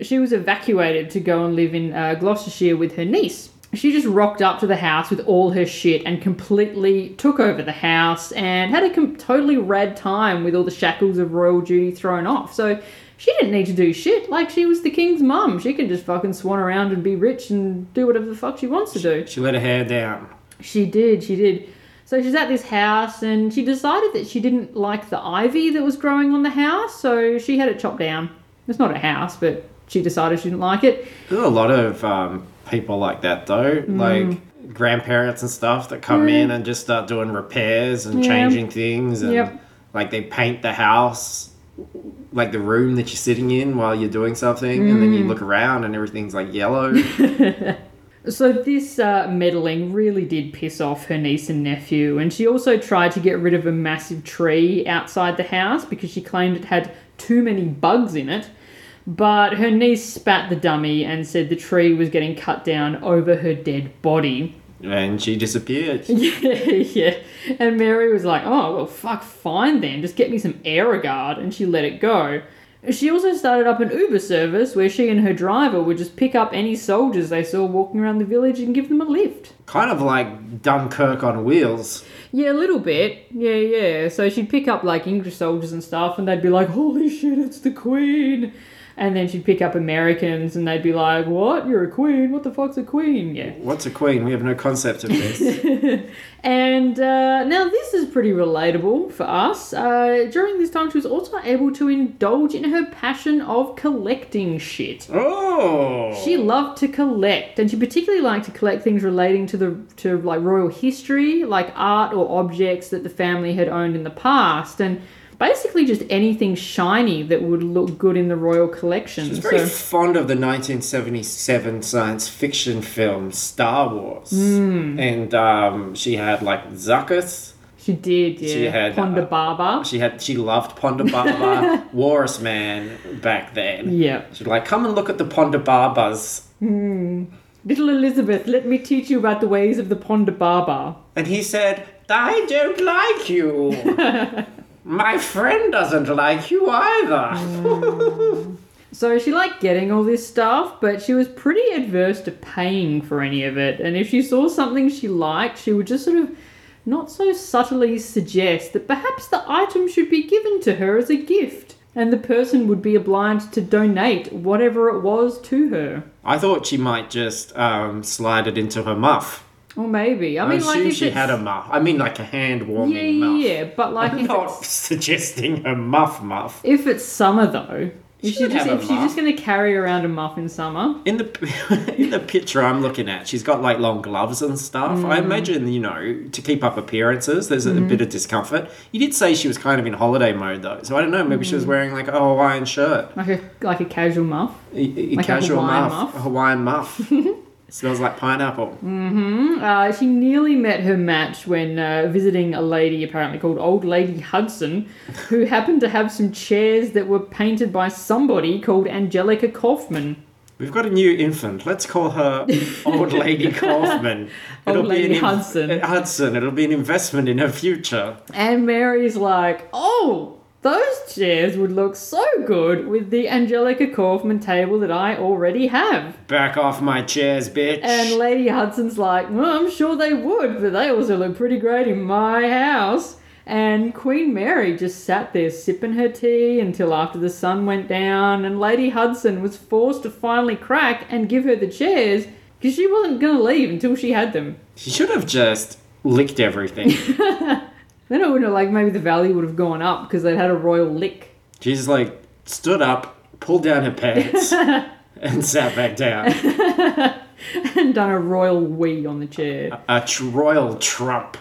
Speaker 1: she was evacuated to go and live in uh, Gloucestershire with her niece. She just rocked up to the house with all her shit and completely took over the house and had a com- totally rad time with all the shackles of royal duty thrown off. So she didn't need to do shit. Like, she was the king's mum. She can just fucking swan around and be rich and do whatever the fuck she wants to do.
Speaker 2: she let her hair down.
Speaker 1: She did, she did. So she's at this house and she decided that she didn't like the ivy that was growing on the house, so she had it chopped down. It's not a house, but she decided she didn't like it.
Speaker 2: There's a lot of um, people like that though,
Speaker 1: Mm.
Speaker 2: like grandparents and stuff that come in and just start doing repairs and
Speaker 1: Yeah.
Speaker 2: changing things, and
Speaker 1: Yep.
Speaker 2: like they paint the house, like the room that you're sitting in while you're doing something, and then you
Speaker 1: Mm.
Speaker 2: look around and everything's like
Speaker 1: [LAUGHS]
Speaker 2: yellow.
Speaker 1: So this uh, meddling really did piss off her niece and nephew, and she also tried to get rid of a massive tree outside the house because she claimed it had too many bugs in it. But her niece spat the dummy and said the tree was getting cut down over her dead body.
Speaker 2: and she disappeared.
Speaker 1: Yeah, [LAUGHS] yeah. And Mary was like, oh, well, fuck, fine then. Just get me some Aerogard. And she let it go. She also started up an Uber service where she and her driver would just pick up any soldiers they saw walking around the village and give them a lift.
Speaker 2: Kind of like Dunkirk on wheels.
Speaker 1: Yeah, a little bit. Yeah, yeah. So she'd pick up like English soldiers and stuff, and they'd be like, "Holy shit, it's the Queen!" And then she'd pick up Americans, and they'd be like, "What? You're a queen? What the fuck's a queen?" Yeah.
Speaker 2: What's a queen? We have no concept
Speaker 1: [LAUGHS]
Speaker 2: of this.
Speaker 1: And uh, now this is pretty relatable for us. Uh, during this time, she was also able to indulge in her passion of collecting shit.
Speaker 2: oh,
Speaker 1: She loved to collect, and she particularly liked to collect things relating to the to like royal history, like art or objects that the family had owned in the past, and basically just anything shiny that would look good in the royal collection.
Speaker 2: She's very
Speaker 1: So-
Speaker 2: fond of the 1977 science fiction film Star Wars,
Speaker 1: Hmm.
Speaker 2: and um, she had like Zuckus.
Speaker 1: She did, yeah.
Speaker 2: She had,
Speaker 1: Ponda
Speaker 2: uh,
Speaker 1: Barber.
Speaker 2: She had she loved Ponda Baba,
Speaker 1: [LAUGHS]
Speaker 2: Walrus Man back then.
Speaker 1: yeah.
Speaker 2: She'd like come and look at the Ponda Barbas,
Speaker 1: Little Elizabeth, let me teach you about the ways of the Ponda Barber. [LAUGHS]
Speaker 2: and he said, "I don't like you." My friend doesn't like you
Speaker 1: Mm.
Speaker 2: either.
Speaker 1: So she liked getting all this stuff, but she was pretty adverse to paying for any of it. And if she saw something she liked, she would just sort of not so subtly suggest that perhaps the item should be given to her as a gift. And the person would be obliged to donate whatever it was to her.
Speaker 2: [LAUGHS] I thought she might just um, slide it into her muff.
Speaker 1: Or maybe. I
Speaker 2: I,
Speaker 1: mean, like,
Speaker 2: assume
Speaker 1: if
Speaker 2: she
Speaker 1: it's-
Speaker 2: had a muff. I mean, like a hand
Speaker 1: Yeah,
Speaker 2: warming muff.
Speaker 1: yeah, yeah. But,
Speaker 2: [LAUGHS]
Speaker 1: like,
Speaker 2: I'm
Speaker 1: if
Speaker 2: not
Speaker 1: [LAUGHS] it's,
Speaker 2: suggesting a muff muff.
Speaker 1: if it's summer, though,
Speaker 2: She
Speaker 1: if, she
Speaker 2: would
Speaker 1: just,
Speaker 2: have a
Speaker 1: if she's just
Speaker 2: muff.
Speaker 1: going to carry around a muff in summer,
Speaker 2: In the [LAUGHS] in the picture I'm looking at, she's got like long gloves and stuff.
Speaker 1: Mm.
Speaker 2: I imagine you know to keep up appearances. There's a,
Speaker 1: Mm-hmm.
Speaker 2: bit of discomfort. You did say she was kind of in holiday mode though, so I don't know. Maybe she was
Speaker 1: Mm.
Speaker 2: wearing like a Hawaiian shirt,
Speaker 1: like a, like a casual muff.
Speaker 2: a, a
Speaker 1: Like a
Speaker 2: casual
Speaker 1: Hawaiian
Speaker 2: muff,
Speaker 1: muff?
Speaker 2: a Hawaiian
Speaker 1: [LAUGHS]
Speaker 2: muff. Smells like pineapple.
Speaker 1: Uh, she nearly met her match when uh, visiting a lady apparently called Old Lady Hudson, who happened to have some chairs that were painted by somebody called Angelica Kaufman.
Speaker 2: We've got a new infant. Let's call her
Speaker 1: [LAUGHS]
Speaker 2: Old Lady Kaufman.
Speaker 1: Old Lady
Speaker 2: inv-
Speaker 1: Hudson.
Speaker 2: Hudson. It'll be an investment in her future.
Speaker 1: And Mary's like, oh, those chairs would look so good with the Angelica Kaufman table that I already have.
Speaker 2: Back off my chairs, bitch.
Speaker 1: And Lady Hudson's like, well, I'm sure they would, but they also look pretty great in my house. And Queen Mary just sat there sipping her tea until after the sun went down, and Lady Hudson was forced to finally crack and give her the chairs because she wasn't going to leave until she had them.
Speaker 2: she should have just licked everything.
Speaker 1: Then I would have, like, maybe the value would have gone up because they'd had a royal lick. [LAUGHS]
Speaker 2: She's like stood up, pulled down her pants, and sat back down.
Speaker 1: and done a royal wee on the chair.
Speaker 2: A tr- royal trump.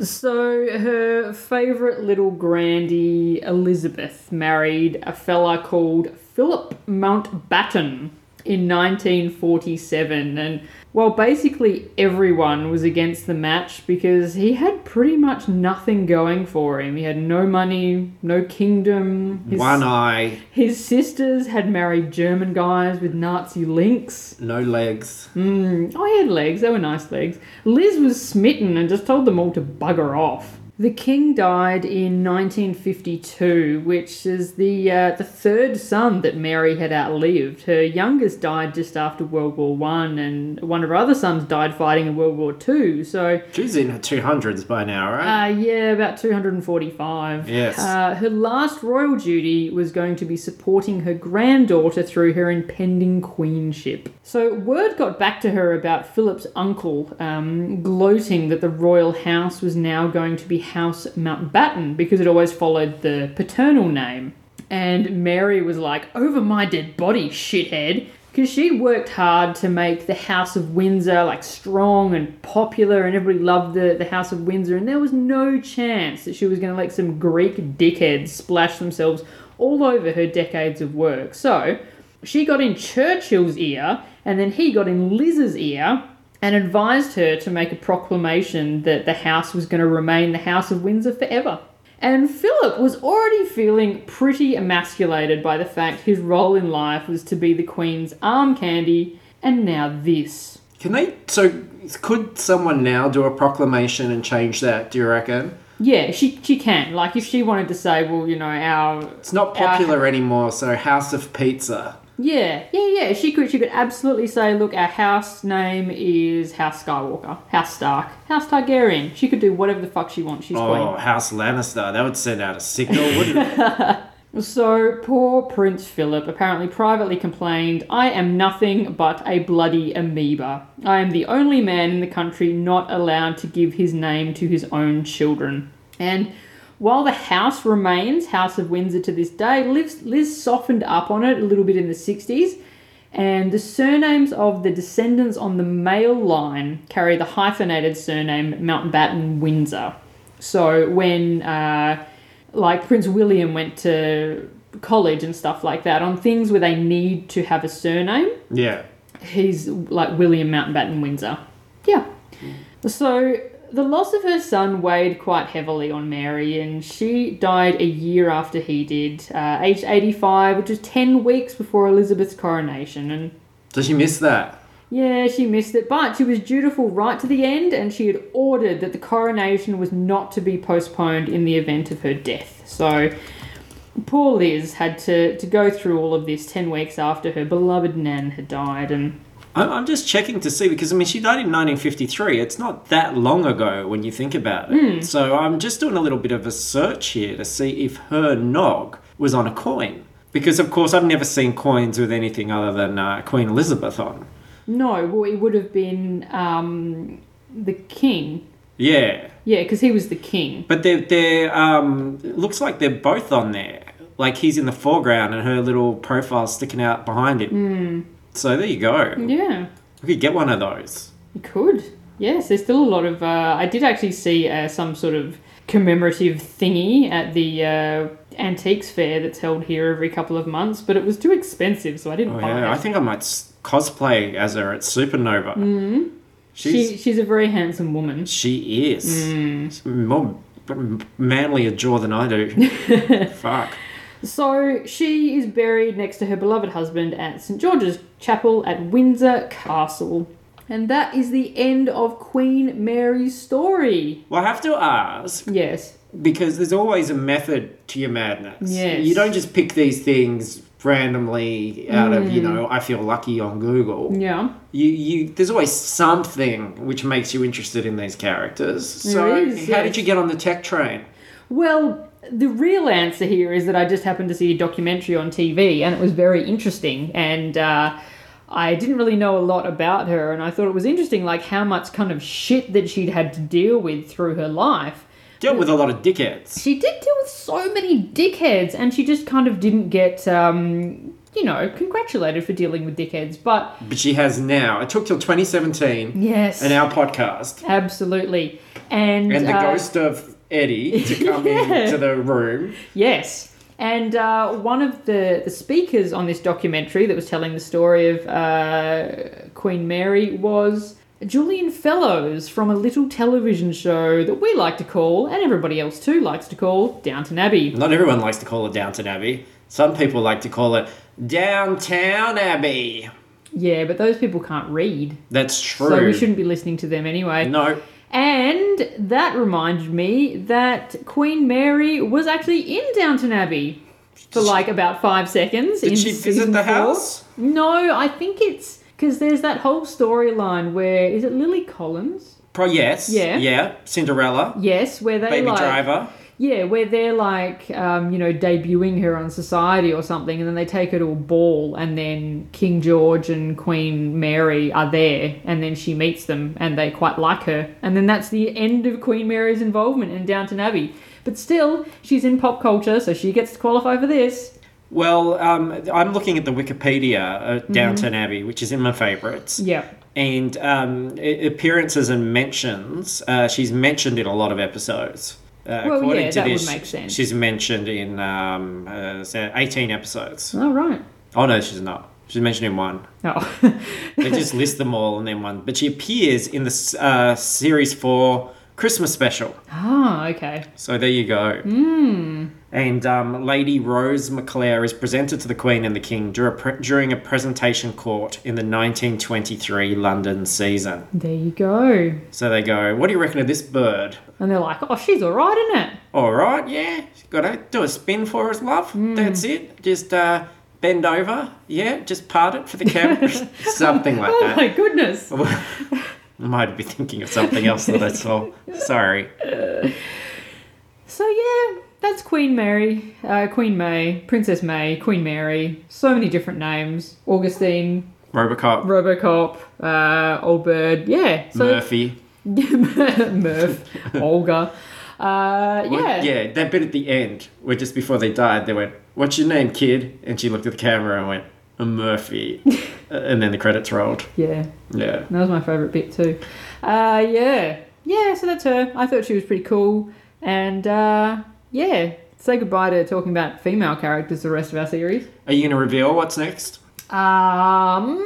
Speaker 1: So her favourite little grandy, Elizabeth, married a fella called Philip Mountbatten in 1947 and well basically everyone was against the match because he had pretty much nothing going for him he had no money no kingdom his,
Speaker 2: One eye,
Speaker 1: his sisters had married german guys with nazi links
Speaker 2: no legs.
Speaker 1: Hmm, I had legs, they were nice legs. Liz was smitten and just told them all to bugger off. The king died in 1952, which is the uh, the third son that Mary had outlived. Her youngest died just after World War One, and one of her other sons died fighting in World War Two. So
Speaker 2: She's in her 200s by now, right?
Speaker 1: uh, yeah, about 245.
Speaker 2: Yes.
Speaker 1: Uh, her last royal duty was going to be supporting her granddaughter through her impending queenship. So, word got back to her about Philip's uncle um, gloating that the royal house was now going to be House Mountbatten because it always followed the paternal name. And Mary was like, over my dead body, shithead. Because she'd worked hard to make the House of Windsor like strong and popular, and everybody loved the, the House of Windsor. And there was no chance that she was going to let some Greek dickheads splash themselves all over her decades of work. So she got in Churchill's ear, and then he got in Liz's ear, and advised her to make a proclamation that the house was going to remain the House of Windsor forever. And Philip was already feeling pretty emasculated by the fact his role in life was to be the Queen's arm candy, and now this.
Speaker 2: Can they? So, could someone now do a proclamation and change that, do you reckon?
Speaker 1: Yeah, she, she can. Like, if she wanted to say, well, you know, our.
Speaker 2: It's not popular anymore, so House of Pizza.
Speaker 1: Yeah, yeah, yeah. She could, she could absolutely say, look, our house name is House Skywalker, House Stark, House Targaryen. She could do whatever the fuck she wants. She's Queen.
Speaker 2: Oh, House Lannister. That would send out a signal, wouldn't it?
Speaker 1: So poor Prince Philip apparently privately complained, I am nothing but a bloody amoeba. I am the only man in the country not allowed to give his name to his own children. And while the house remains, House of Windsor to this day, Liz, Liz softened up on it a little bit in the 60s. And the surnames of the descendants on the male line carry the hyphenated surname Mountbatten Windsor. So when, uh, like, Prince William went to college and stuff like that, on things where they need to have a surname,
Speaker 2: Yeah.
Speaker 1: he's like William Mountbatten Windsor. Yeah. So the loss of her son weighed quite heavily on Mary, and she died a year after he did, uh, aged 85, which was 10 weeks before Elizabeth's coronation. And
Speaker 2: Does she miss that?
Speaker 1: Yeah, she missed it, but she was dutiful right to the end, and she had ordered that the coronation was not to be postponed in the event of her death. So, poor Liz had to, to go through all of this 10 weeks after her beloved Nan had died, and
Speaker 2: I'm, I'm just checking to see because I mean she died in 1953. It's not that long ago when you think about it. So I'm just doing a little bit of a search here to see if her nog was on a coin. Because of course I've never seen coins with anything other than uh, Queen Elizabeth on.
Speaker 1: no, well, it would have been um, the king.
Speaker 2: Yeah,
Speaker 1: Yeah, because he was the king.
Speaker 2: but they're they're um, it looks like they're both on there. Like he's in the foreground and her little profile sticking out behind him. So there you go.
Speaker 1: Yeah.
Speaker 2: We could get one of those.
Speaker 1: You could. Yes, there's still a lot of. Uh, I did actually see uh, some sort of commemorative thingy at the uh, antiques fair that's held here every couple of months, but it was too expensive, so I didn't
Speaker 2: Oh,
Speaker 1: buy
Speaker 2: yeah,
Speaker 1: it.
Speaker 2: I think I might s- cosplay as her at Supernova. She's
Speaker 1: Mm. she, Mm. she's a very handsome woman.
Speaker 2: she is She's more m- manly a jaw than
Speaker 1: [LAUGHS]
Speaker 2: I do. Fuck.
Speaker 1: So she is buried next to her beloved husband at St George's Chapel at Windsor Castle. And that is the end of Queen Mary's story.
Speaker 2: Well, I have to ask
Speaker 1: Yes.
Speaker 2: because there's always a method to your madness.
Speaker 1: Yes.
Speaker 2: You don't just pick these things randomly out of
Speaker 1: Mm.
Speaker 2: you know I feel lucky on Google.
Speaker 1: Yeah.
Speaker 2: you you there's always something which makes you interested in these characters. So
Speaker 1: is,
Speaker 2: how
Speaker 1: yes.
Speaker 2: did you get on the tech train?
Speaker 1: Well, the real answer here is that I just happened to see a documentary on TV and it was very interesting. And uh, I didn't really know a lot about her. And I thought it was interesting, like, how much kind of shit that she'd had to deal with through her life.
Speaker 2: Dealt with a lot of dickheads.
Speaker 1: She did deal with so many dickheads and she just kind of didn't get, um, you know, congratulated for dealing with dickheads. But
Speaker 2: But she has now. It took till 2017
Speaker 1: yes,
Speaker 2: and our podcast
Speaker 1: absolutely. And,
Speaker 2: and the
Speaker 1: uh,
Speaker 2: ghost of
Speaker 1: [LAUGHS]
Speaker 2: Eddie to come into the room.
Speaker 1: Yes. And uh, one of the, the speakers on this documentary that was telling the story of uh, Queen Mary was Julian Fellows from a little television show that we like to call, and everybody else too likes to call, Downton Abbey.
Speaker 2: Not everyone likes to call it Downton Abbey. Some people like to call it Downtown Abbey.
Speaker 1: Yeah, but those people can't read,
Speaker 2: That's true.
Speaker 1: so we shouldn't be listening to them anyway.
Speaker 2: No.
Speaker 1: And that reminded me that Queen Mary was actually in Downton Abbey for like about five seconds. in
Speaker 2: Did she
Speaker 1: season
Speaker 2: visit the
Speaker 1: four.
Speaker 2: house?
Speaker 1: No, I think it's because there's that whole storyline where is it Lily Collins?
Speaker 2: Pro yes.
Speaker 1: Yeah.
Speaker 2: Yeah. Cinderella.
Speaker 1: Yes, where they
Speaker 2: Baby
Speaker 1: like
Speaker 2: Driver.
Speaker 1: yeah, where they're like um, you know debuting her on Society or something, and then they take her to a ball, and then King George and Queen Mary are there, and then she meets them, and they quite like her, and then that's the end of Queen Mary's involvement in Downton Abbey. But still, she's in pop culture, so she gets to qualify for this.
Speaker 2: Well, um, I'm looking at the Wikipedia
Speaker 1: Mm-hmm.
Speaker 2: uh, Downton Abbey, which is in my favourites.
Speaker 1: Yeah.
Speaker 2: And um, a- appearances and mentions, uh, she's mentioned in a lot of episodes. Uh,
Speaker 1: Well,
Speaker 2: according
Speaker 1: yeah,
Speaker 2: to
Speaker 1: that would
Speaker 2: this,
Speaker 1: make sense.
Speaker 2: She's mentioned in um, uh, so 18 episodes.
Speaker 1: All right.
Speaker 2: Oh, no, she's not. She's mentioned in one.
Speaker 1: Oh. [LAUGHS]
Speaker 2: They just list them all and then one. But she appears in the s- uh, series four Christmas special.
Speaker 1: ah, okay.
Speaker 2: So there you go.
Speaker 1: Hmm.
Speaker 2: And um, Lady Rose McClare is presented to the Queen and the King dur- pre- during a presentation court in the 1923 London season.
Speaker 1: There you go.
Speaker 2: So they go, What do you reckon of this bird?
Speaker 1: And they're like, oh, she's all right, isn't it?
Speaker 2: All right, yeah, gotta do a spin for us, love.
Speaker 1: Hmm.
Speaker 2: That's it. Just uh, bend over, yeah, just part it for the
Speaker 1: [LAUGHS]
Speaker 2: camera. Something like
Speaker 1: Oh
Speaker 2: that.
Speaker 1: my goodness.
Speaker 2: [LAUGHS] I might be thinking of something else that I saw. Sorry.
Speaker 1: So, yeah, that's Queen Mary, uh, Queen May, Princess May, Queen Mary, so many different names Augustine,
Speaker 2: Robocop,
Speaker 1: Robocop, uh, Old Bird, yeah. So,
Speaker 2: Murphy.
Speaker 1: [LAUGHS] Murph, Olga. Uh,
Speaker 2: Well,
Speaker 1: yeah.
Speaker 2: Yeah, that bit at the end, where just before they died, they went, What's your name, kid? And she looked at the camera and went,
Speaker 1: [LAUGHS]
Speaker 2: Murphy. Uh, and then the credits rolled.
Speaker 1: Yeah,
Speaker 2: Yeah.
Speaker 1: that was my favourite bit too. Uh, yeah. Yeah, so that's her. I thought she was pretty cool. And uh, yeah, say goodbye to talking about female characters the rest of our series.
Speaker 2: Are you going to reveal what's next?
Speaker 1: Um,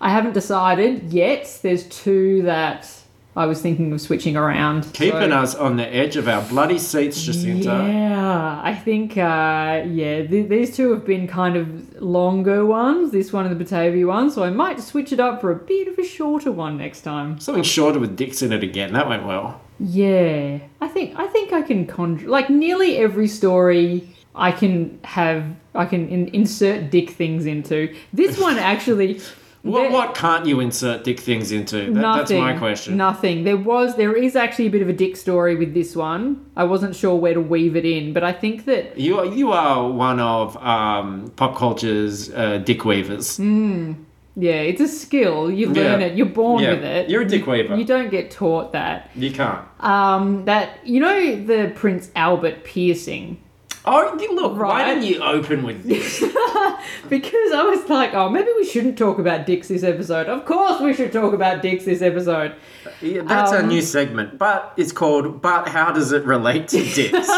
Speaker 1: I haven't decided yet. There's two that I was thinking of switching around.
Speaker 2: Keeping
Speaker 1: so-
Speaker 2: us on the edge of our bloody seats, Jacinta.
Speaker 1: Yeah, I think uh, yeah, th- these two have been kind of longer ones. This one and the Batavia one, so I might switch it up for a bit of a shorter one next time.
Speaker 2: Something shorter with dicks in it again. That went well.
Speaker 1: Yeah, I think I think I can conjure like nearly every story. I can have I can in- insert dick things into this one actually.
Speaker 2: [LAUGHS] What,
Speaker 1: there-
Speaker 2: what can't you insert dick things into? That, that's
Speaker 1: nothing.
Speaker 2: my question.
Speaker 1: Nothing. There was there is actually a bit of a dick story with this one. I wasn't sure where to weave it in, but I think that
Speaker 2: You are, you are one of um, pop culture's uh, dick weavers.
Speaker 1: Mm. Yeah, it's a skill. You learn
Speaker 2: Yeah.
Speaker 1: it. You're born
Speaker 2: Yeah.
Speaker 1: with it.
Speaker 2: You're a dick weaver.
Speaker 1: You don't get taught that.
Speaker 2: You can't.
Speaker 1: Um, that you know the Prince Albert piercing
Speaker 2: Oh, you- look, why
Speaker 1: Right.
Speaker 2: didn't you open
Speaker 1: [LAUGHS]
Speaker 2: with this?
Speaker 1: because I was like, oh, maybe we shouldn't talk about dicks this episode. Of course, we should talk about dicks this episode.
Speaker 2: Yeah, that's our
Speaker 1: Um,
Speaker 2: new segment, but it's called But How Does It
Speaker 1: [LAUGHS]
Speaker 2: Relate to Dicks?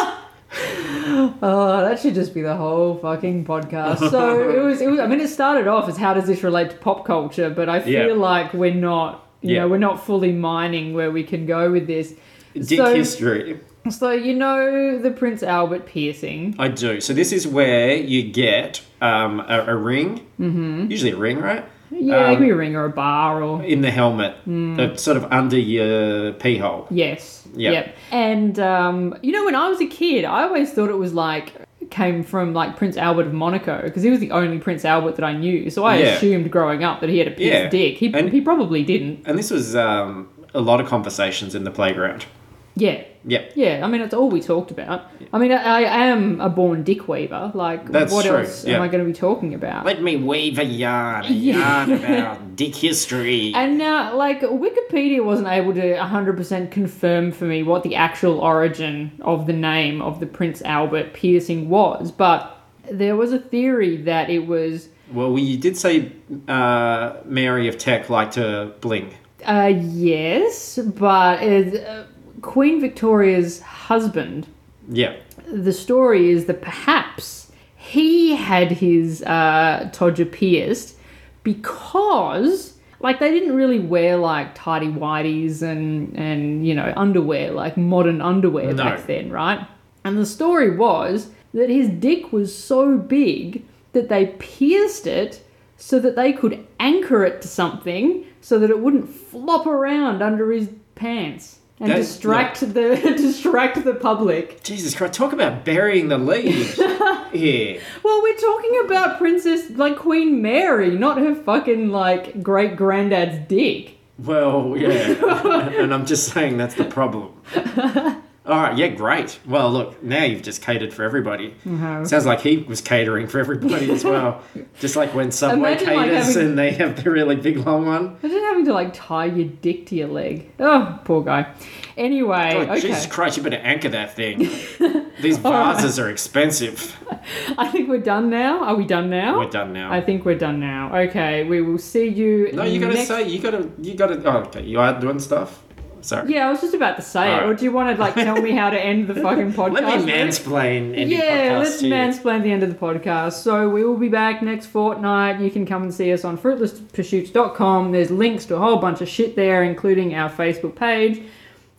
Speaker 1: Oh, that should just be the whole fucking podcast. So it was. It was. I mean, it started off as how does this relate to pop culture, but I feel
Speaker 2: Yeah.
Speaker 1: like we're not. You
Speaker 2: Yeah.
Speaker 1: know, we're not fully mining where we can go with this.
Speaker 2: Dick
Speaker 1: So-
Speaker 2: history.
Speaker 1: So you know the Prince Albert piercing.
Speaker 2: I do. So this is where you get um, a, a ring, mm-hmm. usually a ring, right?
Speaker 1: Yeah,
Speaker 2: Um,
Speaker 1: it could be a ring or a bar or
Speaker 2: in the helmet, uh, sort of under your pee hole.
Speaker 1: Yes.
Speaker 2: Yeah.
Speaker 1: Yep. And um, you know, when I was a kid, I always thought it was like came from like Prince Albert of Monaco because he was the only Prince Albert that I knew. So I
Speaker 2: Yeah.
Speaker 1: assumed growing up that he had a pierced
Speaker 2: Yeah.
Speaker 1: dick. He
Speaker 2: And-
Speaker 1: he probably didn't.
Speaker 2: And this was um, a lot of conversations in the playground.
Speaker 1: Yeah.
Speaker 2: Yep.
Speaker 1: Yeah, I mean it's all we talked about. I mean, I, I am a born dick weaver. Like,
Speaker 2: That's
Speaker 1: what
Speaker 2: true,
Speaker 1: else
Speaker 2: yeah.
Speaker 1: am I going to be talking about?
Speaker 2: Let me weave a yarn, a
Speaker 1: Yeah.
Speaker 2: yarn about dick history.
Speaker 1: and now, like, Wikipedia wasn't able to 100% confirm for me what the actual origin of the name of the Prince Albert piercing was, but there was a theory that it was,
Speaker 2: well, we you did say uh, Mary of Tech liked to bling.
Speaker 1: uh, yes, but uh, Queen Victoria's husband.
Speaker 2: Yeah.
Speaker 1: The story is that perhaps he had his uh, todger pierced because. Like they didn't really wear like tidy whities and and you know underwear like modern underwear
Speaker 2: No.
Speaker 1: back then, right? And the story was that his dick was so big that they pierced it so that they could anchor it to something so that it wouldn't flop around under his pants and
Speaker 2: That-
Speaker 1: distract the [LAUGHS] distract the public.
Speaker 2: Jesus Christ, talk about burying the lead here.
Speaker 1: Well, we're talking about Princess, like Queen Mary, not her fucking, like, great granddad's dick.
Speaker 2: Well,
Speaker 1: [LAUGHS]
Speaker 2: yeah. and I'm just saying that's the problem. All right, yeah, great. Well, look, now you've just catered for everybody. Sounds like he was catering for everybody
Speaker 1: [LAUGHS]
Speaker 2: as well. just like when Subway
Speaker 1: Imagine, like,
Speaker 2: caters
Speaker 1: having-
Speaker 2: and they have the really big long one.
Speaker 1: Imagine having to, like, tie your dick to your leg. Oh, poor guy. Anyway,
Speaker 2: Oh,
Speaker 1: okay.
Speaker 2: Jesus Christ, you better anchor that
Speaker 1: [LAUGHS]
Speaker 2: thing. These vases are expensive.
Speaker 1: I think we're done now. Are we done now?
Speaker 2: We're done now.
Speaker 1: Oh, I think we're done now. Okay, we will see you.
Speaker 2: no, you gotta
Speaker 1: next-
Speaker 2: say, you gotta, you gotta. Oh, okay, you are doing stuff. Sorry.
Speaker 1: Yeah, I was just about to say it.
Speaker 2: Alright.
Speaker 1: Or do you want to, like, tell me how to end the fucking podcast?
Speaker 2: [LAUGHS] Let me
Speaker 1: Luke?
Speaker 2: mansplain. ending
Speaker 1: Yeah,
Speaker 2: podcast
Speaker 1: let's
Speaker 2: to you.
Speaker 1: mansplain the end of the podcast. So we will be back next fortnight. You can come and see us on fruitlesspursuits.com. There's links to a whole bunch of shit there, including our Facebook page,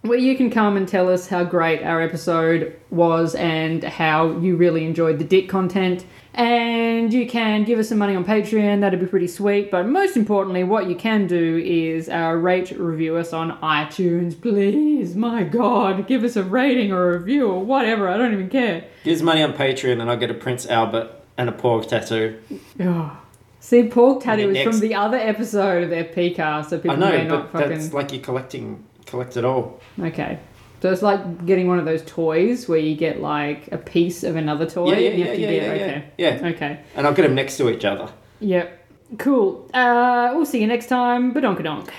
Speaker 1: where you can come and tell us how great our episode was and how you really enjoyed the dick content. And you can give us some money on Patreon, that'd be pretty sweet. But most importantly, what you can do is uh, rate, review us on iTunes, please. My God, give us a rating or a review or whatever, I don't even care.
Speaker 2: Give us money on Patreon and I'll get a Prince Albert and a pork tattoo.
Speaker 1: Oh. See, pork
Speaker 2: Your
Speaker 1: tattoo is
Speaker 2: next-
Speaker 1: from the other episode of FP car, so people
Speaker 2: I know,
Speaker 1: may
Speaker 2: but
Speaker 1: not fucking.
Speaker 2: that's like you're collecting, collect it all.
Speaker 1: Okay. So it's like getting one of those toys where you get like a piece of another toy
Speaker 2: Yeah, yeah,
Speaker 1: and you have to
Speaker 2: yeah,
Speaker 1: do
Speaker 2: yeah, yeah,
Speaker 1: okay.
Speaker 2: yeah. Yeah.
Speaker 1: Okay.
Speaker 2: And I'll get them next to each other.
Speaker 1: Yep. Cool. Uh, we'll see you next time. Badonkadonk.